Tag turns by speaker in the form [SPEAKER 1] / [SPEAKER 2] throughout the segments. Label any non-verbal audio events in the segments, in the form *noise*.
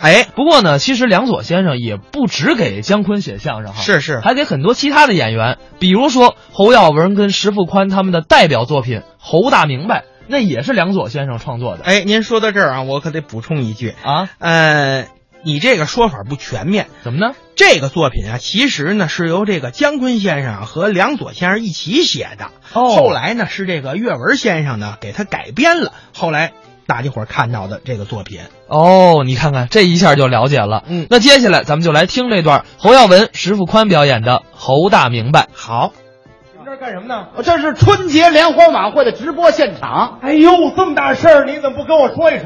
[SPEAKER 1] 哎，
[SPEAKER 2] 不过呢，其实梁左先生也不只给姜昆写相声哈，
[SPEAKER 1] 是是，
[SPEAKER 2] 啊还给很多其他的演员，比如说侯耀文跟石富宽他们的代表作品《侯大明白》，那也是梁左先生创作的。
[SPEAKER 1] 哎，您说到这儿啊，我可得补充一句，
[SPEAKER 2] 啊，
[SPEAKER 1] 呃，你这个说法不全面。
[SPEAKER 2] 怎么呢？
[SPEAKER 1] 这个作品啊，其实呢是由这个姜昆先生啊和梁左先生一起写的，
[SPEAKER 2] 哦
[SPEAKER 1] 后来呢是这个岳文先生呢给他改编了，后来大家伙儿看到的这个作品。
[SPEAKER 2] 哦，你看看这一下就了解了。
[SPEAKER 1] 嗯
[SPEAKER 2] 那接下来咱们就来听这段侯耀文、石富宽表演的《侯大明白》。
[SPEAKER 1] 好，
[SPEAKER 3] 你们这儿干什么呢？
[SPEAKER 4] 这是春节联欢晚会的直播现场，
[SPEAKER 3] 哎呦，这么大事儿，你怎么不跟我说一声？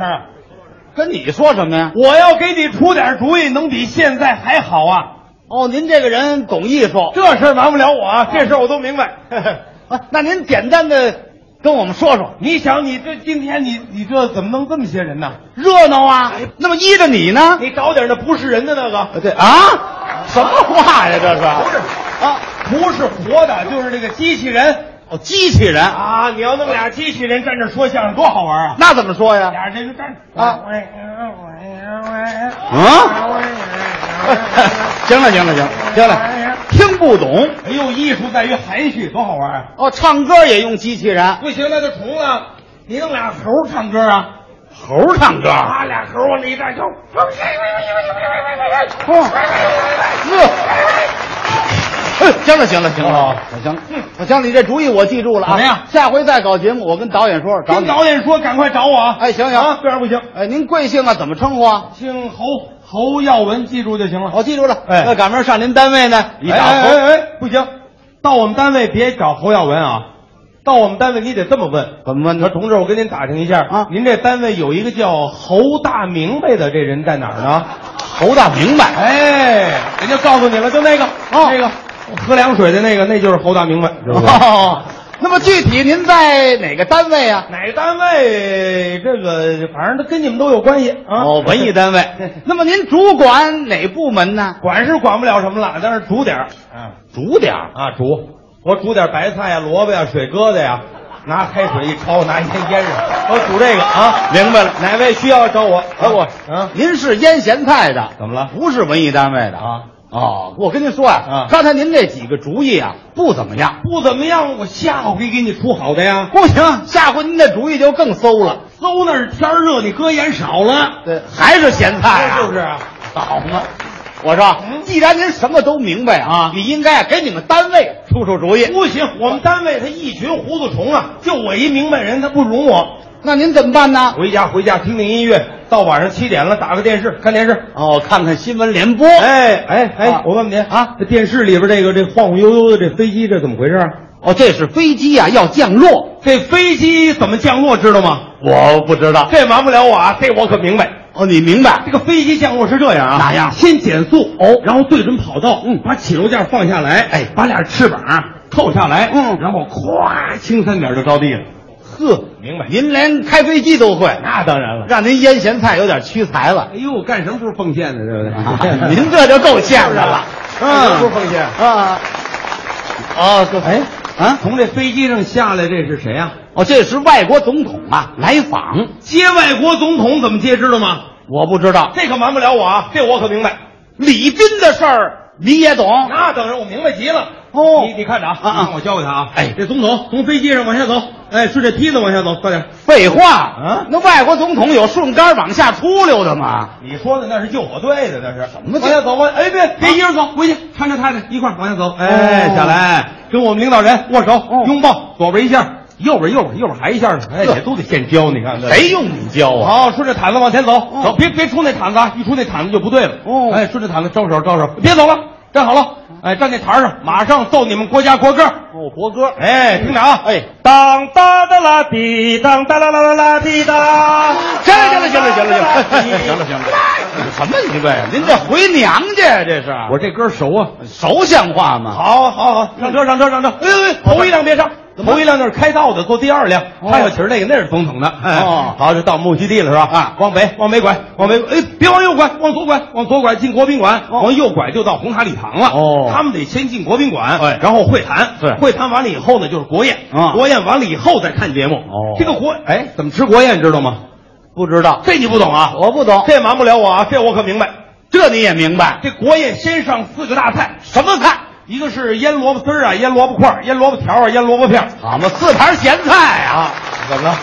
[SPEAKER 4] 跟你说什么呀？
[SPEAKER 3] 我要给你出点主意，能比现在还好啊！
[SPEAKER 4] 哦，您这个人懂艺术，
[SPEAKER 3] 这事儿瞒不了我啊，这事儿我都明白。
[SPEAKER 4] *laughs* 啊那您简单的跟我们说说
[SPEAKER 3] 你想，你这今天你你这怎么能这么些人呢？
[SPEAKER 4] 热闹啊？那么依着你呢？
[SPEAKER 3] 你找点那不是人的那个，
[SPEAKER 4] 对啊，什么话呀？这是
[SPEAKER 3] 不是
[SPEAKER 4] 啊？
[SPEAKER 3] 不是活的，就是这个机器人
[SPEAKER 4] 哦，机器人，
[SPEAKER 3] 啊！你要弄俩机器人站这说相声，多好玩啊！
[SPEAKER 4] 那怎么说呀？
[SPEAKER 3] 俩人就站着
[SPEAKER 4] 啊
[SPEAKER 3] 喂喂
[SPEAKER 4] 啊， *laughs* 行了行了行了行了，听不懂
[SPEAKER 3] *laughs* 哎呦，艺术在于含蓄，多好玩啊！
[SPEAKER 4] 哦，唱歌也用机器人，
[SPEAKER 3] 不行，那就重了。你弄俩猴儿唱歌啊？
[SPEAKER 4] 猴唱歌，
[SPEAKER 3] 啊，俩猴儿往那一站，就
[SPEAKER 4] 哎行了，行了，行了，行了，我行了，你这主意我记住了啊。
[SPEAKER 3] 怎么样
[SPEAKER 4] 下回再搞节目，我跟导演说，找
[SPEAKER 3] 跟
[SPEAKER 4] 你。
[SPEAKER 3] 导演说，赶快找我啊！
[SPEAKER 4] 哎行行
[SPEAKER 3] 啊，这样不行，
[SPEAKER 4] 哎，您贵姓啊？怎么称呼啊？
[SPEAKER 3] 姓侯，侯耀文，记住就行了。
[SPEAKER 4] 我哦记住了。
[SPEAKER 3] 哎
[SPEAKER 4] 那赶明儿上您单位呢？你
[SPEAKER 3] 哎
[SPEAKER 4] 打
[SPEAKER 3] 哎
[SPEAKER 4] 头
[SPEAKER 3] 哎哎，不行，到我们单位别找侯耀文啊，到我们单位你得这么问。
[SPEAKER 4] 怎么问
[SPEAKER 3] 说
[SPEAKER 4] 呢？
[SPEAKER 3] 同志，我跟您打听一下
[SPEAKER 4] 啊
[SPEAKER 3] 您这单位有一个叫侯大明白的，这人在哪儿
[SPEAKER 4] *laughs*
[SPEAKER 3] 呢？
[SPEAKER 4] 侯大明白。
[SPEAKER 3] 哎，人家告诉你了，就那个，
[SPEAKER 4] 哦
[SPEAKER 3] 那个喝凉水的那个，那就是侯大明白，知道吗？
[SPEAKER 4] 哦，那么具体您在哪个单位啊？
[SPEAKER 3] *laughs* 哪个单位？这个反正它跟你们都有关系啊。
[SPEAKER 4] 哦，文艺单位。 *laughs* 那么您主管哪部门呢？
[SPEAKER 3] 管是管不了什么了，但是煮点儿
[SPEAKER 4] 嗯
[SPEAKER 3] 啊
[SPEAKER 4] 主点儿
[SPEAKER 3] 啊煮，我煮点白菜呀、萝卜呀、水疙瘩呀，拿开水一焯，拿烟腌上，我煮这个啊。
[SPEAKER 4] 明白了。
[SPEAKER 3] 哪位需要找我？
[SPEAKER 4] 哎，我
[SPEAKER 3] 啊，
[SPEAKER 4] 您是腌咸菜的，
[SPEAKER 3] 怎么了
[SPEAKER 4] 不是文艺单位的
[SPEAKER 3] 啊。
[SPEAKER 4] 哦，我跟您说啊
[SPEAKER 3] 啊，
[SPEAKER 4] 刚才您这几个主意啊不怎么样，
[SPEAKER 3] 不怎么样，我下午可以给你出好的呀。
[SPEAKER 4] 不行，下回您的主意就更馊了。
[SPEAKER 3] 馊那是天儿热，你搁盐少了，
[SPEAKER 4] 对，还是咸菜、啊，
[SPEAKER 3] 是不是？啊？
[SPEAKER 4] 好嘛，我说，既然您什么都明白啊，你应该给你们单位出出主意。
[SPEAKER 3] 不行，我们单位他一群糊涂虫啊，就我一明白人，他不容我。
[SPEAKER 4] 那您怎么办呢？
[SPEAKER 3] 回家回家听听音乐，到晚上七点了，打个电视看电视。
[SPEAKER 4] 哦，看看新闻联播。
[SPEAKER 3] *laughs* 哎哎哎
[SPEAKER 4] 啊，
[SPEAKER 3] 我问问您
[SPEAKER 4] 啊，
[SPEAKER 3] 这电视里边这个这晃晃悠悠的这飞机，这怎么回事啊？
[SPEAKER 4] 哦，这是飞机啊，要降落。
[SPEAKER 3] 这飞机怎么降落知道吗？
[SPEAKER 4] 我不知道。
[SPEAKER 3] 这瞒不了我啊，这我可明白。
[SPEAKER 4] 哦，你明白
[SPEAKER 3] 这？个飞机降落是这样啊，
[SPEAKER 4] 哪样
[SPEAKER 3] 先减速
[SPEAKER 4] 哦
[SPEAKER 3] 然后对准跑道，嗯，把起落架放下来，
[SPEAKER 4] 哎
[SPEAKER 3] 把俩翅膀啊扣下来，
[SPEAKER 4] 嗯
[SPEAKER 3] 然后咵，轻三点就着地了。
[SPEAKER 4] 呵，
[SPEAKER 3] 明白
[SPEAKER 4] 您连开飞机都会，
[SPEAKER 3] 那当然了。
[SPEAKER 4] 让您腌咸菜有点屈才了。
[SPEAKER 3] 哎呦，干什么时候奉献的，对不对？
[SPEAKER 4] 啊您这就够欠着了。
[SPEAKER 3] 干什么时候奉献？
[SPEAKER 4] 啊，哦，这
[SPEAKER 3] 嗯哎
[SPEAKER 4] 啊，
[SPEAKER 3] 从这飞机上下来，这是谁呀、
[SPEAKER 4] 哦，这是外国总统啊来访，
[SPEAKER 3] 接外国总统怎么接，知道吗？
[SPEAKER 4] 我不知道。
[SPEAKER 3] 这可瞒不了我啊，这我可明白。
[SPEAKER 4] 李斌的事儿你也懂？
[SPEAKER 3] 那当然，我明白极了。
[SPEAKER 4] 哦
[SPEAKER 3] 你你看着哦啊，
[SPEAKER 4] 啊啊
[SPEAKER 3] 你看我教给他啊。
[SPEAKER 4] 哎
[SPEAKER 3] 这总统从飞机上往下走，哎，顺着梯子往下走，快点。
[SPEAKER 4] 废话
[SPEAKER 3] 啊
[SPEAKER 4] 那外国总统有顺杆往下出溜的吗？
[SPEAKER 3] 你说的那是救火队的，那是什
[SPEAKER 4] 么救
[SPEAKER 3] 往下走，往哎别别一人走，回去搀着他去，一块儿往下走。哎，
[SPEAKER 4] 哦
[SPEAKER 3] 下来跟我们领导人握手拥抱，左边一下，右边右边右边还一下呢。哦哎，
[SPEAKER 4] 呵
[SPEAKER 3] 也都得现教，你看这
[SPEAKER 4] 谁用你教啊？
[SPEAKER 3] 好，顺着毯子往前走，走，别别出那毯子啊，一出那毯子就不对了。
[SPEAKER 4] 哦嗯
[SPEAKER 3] 哎，顺着毯子招手招手，别走了，站好了，哎，站那台上，马上奏你们国家国歌。
[SPEAKER 4] 哦，国歌，
[SPEAKER 3] 哎，听着啊，
[SPEAKER 4] 哎，
[SPEAKER 3] 当哒哒啦滴，当哒啦啦啦啦滴哒。
[SPEAKER 4] 行了，行了，行了，行了，行了，行了，行了，什么一个呀？您这回娘家呀？这是
[SPEAKER 3] 我这歌熟啊。
[SPEAKER 4] 熟像话吗？
[SPEAKER 3] 好，好，好，
[SPEAKER 4] 嗯
[SPEAKER 3] 上车，上车，上车。哎哎，头一辆别上，头一辆那是开道的，坐第二辆。
[SPEAKER 4] 哦
[SPEAKER 3] 他小旗儿那个那是总统的。哎
[SPEAKER 4] 哦
[SPEAKER 3] 好，就到目的地了是吧？
[SPEAKER 4] 啊
[SPEAKER 3] 往北，往北拐，往北，哎，别往右拐，往左拐，往左拐进国宾馆，
[SPEAKER 4] 哦
[SPEAKER 3] 往右拐就到红塔礼堂了。
[SPEAKER 4] 哦
[SPEAKER 3] 他们得先进国宾馆，
[SPEAKER 4] 哎
[SPEAKER 3] 然后会谈，
[SPEAKER 4] 是
[SPEAKER 3] 会谈完了以后呢，就是国宴，
[SPEAKER 4] 啊
[SPEAKER 3] 国宴完了以后再看节目。
[SPEAKER 4] 哦
[SPEAKER 3] 这个国，哎，怎么吃国宴知道吗？
[SPEAKER 4] 不知道，
[SPEAKER 3] 这你不懂啊？
[SPEAKER 4] 我不懂，
[SPEAKER 3] 这瞒不了我啊，这我可明白。
[SPEAKER 4] 这你也明白？
[SPEAKER 3] 这国宴先上四个大菜，
[SPEAKER 4] 什么菜？
[SPEAKER 3] 一个是腌萝卜丝儿啊，腌萝卜块儿，腌萝卜条儿啊，腌萝卜片儿。
[SPEAKER 4] 好嘛，四盘咸菜啊！
[SPEAKER 3] 怎么了？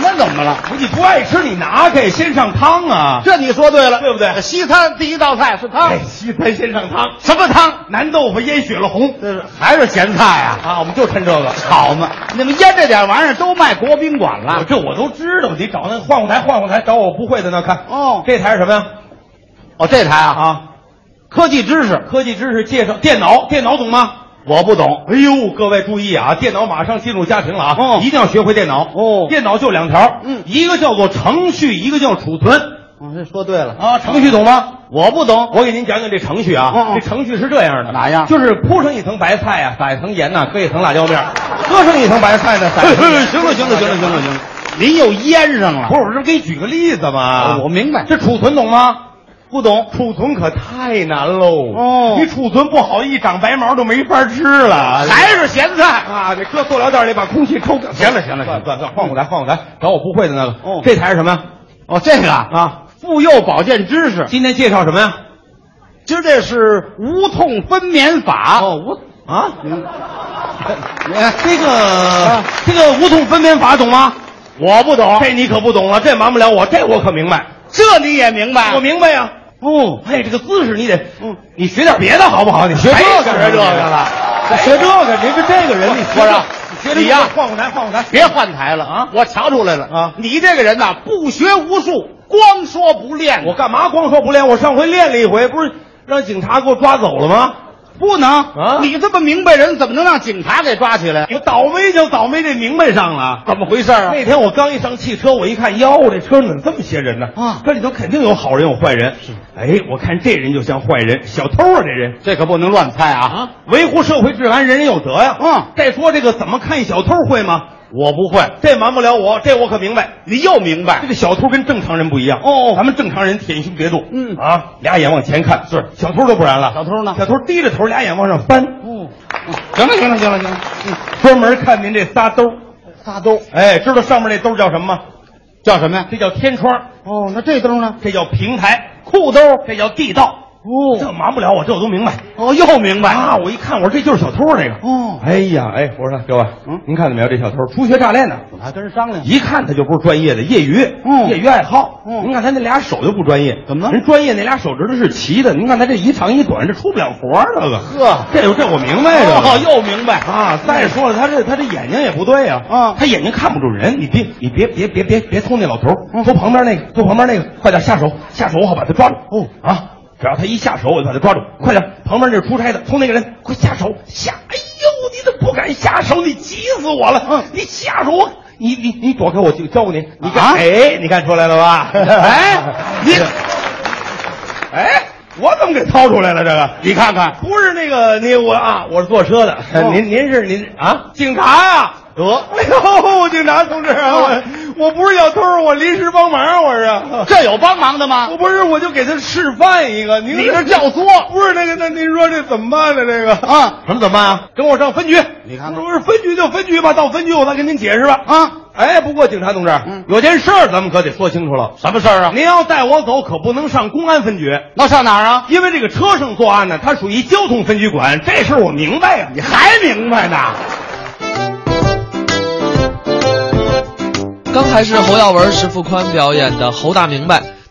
[SPEAKER 4] 那怎么了？
[SPEAKER 3] 不，你不爱吃，你拿开，先上汤啊。
[SPEAKER 4] 这你说对了，
[SPEAKER 3] 对不对
[SPEAKER 4] 西餐第一道菜是汤
[SPEAKER 3] 哎，，西餐先上汤，
[SPEAKER 4] 什么汤？
[SPEAKER 3] 南豆腐腌雪了红。
[SPEAKER 4] 这是还是咸菜啊？
[SPEAKER 3] 啊，我们就抻这个。
[SPEAKER 4] 好嘛，你们腌这点玩意儿都卖国宾馆
[SPEAKER 3] 我
[SPEAKER 4] 了。
[SPEAKER 3] 这我都知道，你找那换换台，换换台，找我不会的那看。
[SPEAKER 4] 哦
[SPEAKER 3] 这台是什么呀？
[SPEAKER 4] 哦，这台啊，
[SPEAKER 3] 啊，
[SPEAKER 4] 科技知识
[SPEAKER 3] 科技知识介绍，电脑，电脑懂吗？
[SPEAKER 4] 我不懂。
[SPEAKER 3] 哎呦，各位注意啊，电脑马上进入家庭了啊，
[SPEAKER 4] 哦
[SPEAKER 3] 一定要学会电脑。
[SPEAKER 4] 哦
[SPEAKER 3] 电脑就两条，
[SPEAKER 4] 嗯
[SPEAKER 3] 一个叫做程序，一个叫储存。
[SPEAKER 4] 嗯，这说对了，
[SPEAKER 3] 啊，程序懂吗？
[SPEAKER 4] 我不懂。
[SPEAKER 3] 我给您讲讲这程序啊，
[SPEAKER 4] 嗯嗯
[SPEAKER 3] 这程序是这样的，
[SPEAKER 4] 哪样
[SPEAKER 3] 就是铺上一层白菜啊，撒一层盐呐、搁一层辣椒面儿，搁上一层白菜呢，撒一层
[SPEAKER 4] *laughs*
[SPEAKER 3] 盐。
[SPEAKER 4] 了行了，您又腌上了。啊
[SPEAKER 3] 不是，我这给你举个例子嘛。
[SPEAKER 4] 哦我明白
[SPEAKER 3] 这储存懂吗？不懂，储存可太难喽。
[SPEAKER 4] 哦
[SPEAKER 3] 你储存不好，一长白毛都没法吃了。
[SPEAKER 4] 还是咸菜。
[SPEAKER 3] 啊，你搁塑料袋里把空气抽干。
[SPEAKER 4] 行了行了行了
[SPEAKER 3] 算算算，换我来，换我来，找我不会的那个。
[SPEAKER 4] 哦
[SPEAKER 3] 这台是什么呀？
[SPEAKER 4] 哦，这个啊，
[SPEAKER 3] 啊，
[SPEAKER 4] 妇幼保健知识，
[SPEAKER 3] 今天介绍什么呀？
[SPEAKER 4] 今儿这是无痛分娩法。
[SPEAKER 3] 哦，我啊， *laughs*
[SPEAKER 4] 哎
[SPEAKER 3] 这个
[SPEAKER 4] 啊
[SPEAKER 3] 这个无痛分娩法懂吗？
[SPEAKER 4] 我不懂，
[SPEAKER 3] 这你可不懂了，这瞒不了我，这我可明白。
[SPEAKER 4] 这你也明白？
[SPEAKER 3] 我明白呀。
[SPEAKER 4] 哦，
[SPEAKER 3] 哎，这个姿势你得，
[SPEAKER 4] 嗯
[SPEAKER 3] 你学点别的好不好？你学
[SPEAKER 4] 谁
[SPEAKER 3] 这
[SPEAKER 4] 学
[SPEAKER 3] 个
[SPEAKER 4] 这个了
[SPEAKER 3] 学这个，您是这个人，你
[SPEAKER 4] 我说
[SPEAKER 3] 学这个
[SPEAKER 4] 你呀
[SPEAKER 3] 换换台，换换台。
[SPEAKER 4] 别换台了
[SPEAKER 3] 啊
[SPEAKER 4] 我瞧出来了
[SPEAKER 3] 啊
[SPEAKER 4] 你这个人呐，不学无术，光说不练。
[SPEAKER 3] 我干嘛光说不练？我上回练了一回，不是让警察给我抓走了吗？
[SPEAKER 4] 不能
[SPEAKER 3] 啊
[SPEAKER 4] 你这么明白人，怎么能让警察给抓起来？
[SPEAKER 3] 我倒霉就倒霉这明白上了。
[SPEAKER 4] 怎么回事啊？
[SPEAKER 3] 那天我刚一上汽车，我一看，哟，这车上怎么这么些人呢？
[SPEAKER 4] 啊
[SPEAKER 3] 这里头肯定有好人有坏人。是，哎，我看这人就像坏人，小偷啊，这人。
[SPEAKER 4] 这可不能乱猜啊！
[SPEAKER 3] 啊，维护社会治安，人人有责呀。
[SPEAKER 4] 嗯
[SPEAKER 3] 再说这个怎么看小偷会吗？
[SPEAKER 4] 我不会，
[SPEAKER 3] 这瞒不了我，这我可明白。
[SPEAKER 4] 你又明
[SPEAKER 3] 这
[SPEAKER 4] 白。
[SPEAKER 3] 个小偷跟正常人不一样
[SPEAKER 4] 哦
[SPEAKER 3] 咱们正常人舔胸别肚，
[SPEAKER 4] 嗯
[SPEAKER 3] 啊，俩眼往前看，是小偷都不然了。
[SPEAKER 4] 小偷呢
[SPEAKER 3] 小偷低着头，俩眼往上翻，
[SPEAKER 4] 哦，行了行了行了行了，嗯
[SPEAKER 3] 专门看您这仨兜。
[SPEAKER 4] 仨兜
[SPEAKER 3] 哎，知道上面那兜叫什么吗？
[SPEAKER 4] 叫什么呀？
[SPEAKER 3] 这叫天窗，
[SPEAKER 4] 哦，那这兜呢？
[SPEAKER 3] 这叫平台，裤兜这叫地道。这
[SPEAKER 4] 哦
[SPEAKER 3] 瞒不了我，这我都明白。
[SPEAKER 4] 哦，又明白。
[SPEAKER 3] 啊，我一看，我说这就是小偷这个。
[SPEAKER 4] 哦
[SPEAKER 3] 哎呀，哎，我说各位，
[SPEAKER 4] 嗯
[SPEAKER 3] 您看见没有？这小偷初学乍练的，
[SPEAKER 4] 我还跟人商量，
[SPEAKER 3] 一看他就不是专业的，业余，
[SPEAKER 4] 嗯
[SPEAKER 3] 业余爱好。
[SPEAKER 4] 嗯
[SPEAKER 3] 您看他那俩手就不专业，
[SPEAKER 4] 怎么了
[SPEAKER 3] 人专业那俩手指头是齐的，您看他这一长一短，这出不了活儿，这个。
[SPEAKER 4] 呵
[SPEAKER 3] 这这我明白这个。
[SPEAKER 4] 哦，又明白。
[SPEAKER 3] 啊！再说了，他这他这眼睛也不对呀、
[SPEAKER 4] 啊
[SPEAKER 3] 他眼睛看不准人。你别你别别别别别偷那老头儿，
[SPEAKER 4] 嗯
[SPEAKER 3] 偷旁边那个，偷旁边那个，快点下手，下手我好把他抓住。
[SPEAKER 4] 哦
[SPEAKER 3] 啊！只要他一下手，我就把他抓住。快点，旁边那是出差的，偷那个人，快下手下！哎呦，你怎么不敢下手？你急死我了！
[SPEAKER 4] 嗯
[SPEAKER 3] 你下手我。你你你躲开我，就教你。你看，
[SPEAKER 4] 啊
[SPEAKER 3] 哎，你看出来了吧？ *laughs*
[SPEAKER 4] 哎，你
[SPEAKER 3] 哎，我怎么给掏出来了？这个
[SPEAKER 4] 你看看，
[SPEAKER 3] 不是那个你我啊，我是坐车的。
[SPEAKER 4] 哦
[SPEAKER 3] 您您是您啊？警察呀、得， *laughs* 哎呦，警察同志啊，
[SPEAKER 4] 哦
[SPEAKER 3] 我我不是小偷，我临时帮忙，我是。
[SPEAKER 4] 这有帮忙的吗
[SPEAKER 3] 我？不是，我就给他示范一个。您
[SPEAKER 4] 啊你这教唆。
[SPEAKER 3] 不是那个？那您说这怎么办呢？这个
[SPEAKER 4] 啊，
[SPEAKER 3] 什么怎么办啊？跟我上分局。
[SPEAKER 4] 你看看
[SPEAKER 3] 不是分局就分局吧，到分局我再跟您解释吧。
[SPEAKER 4] 啊，
[SPEAKER 3] 哎，不过警察同志，
[SPEAKER 4] 嗯
[SPEAKER 3] 有件事儿咱们可得说清楚了。
[SPEAKER 4] 什么事儿啊？
[SPEAKER 3] 您要带我走，可不能上公安分局。
[SPEAKER 4] 那上哪儿啊？
[SPEAKER 3] 因为这个车上作案呢，它属于交通分局管，这事儿我明白呀、
[SPEAKER 4] 你还明白呢？
[SPEAKER 2] 刚才是侯耀文、石富宽表演的《侯大明白》，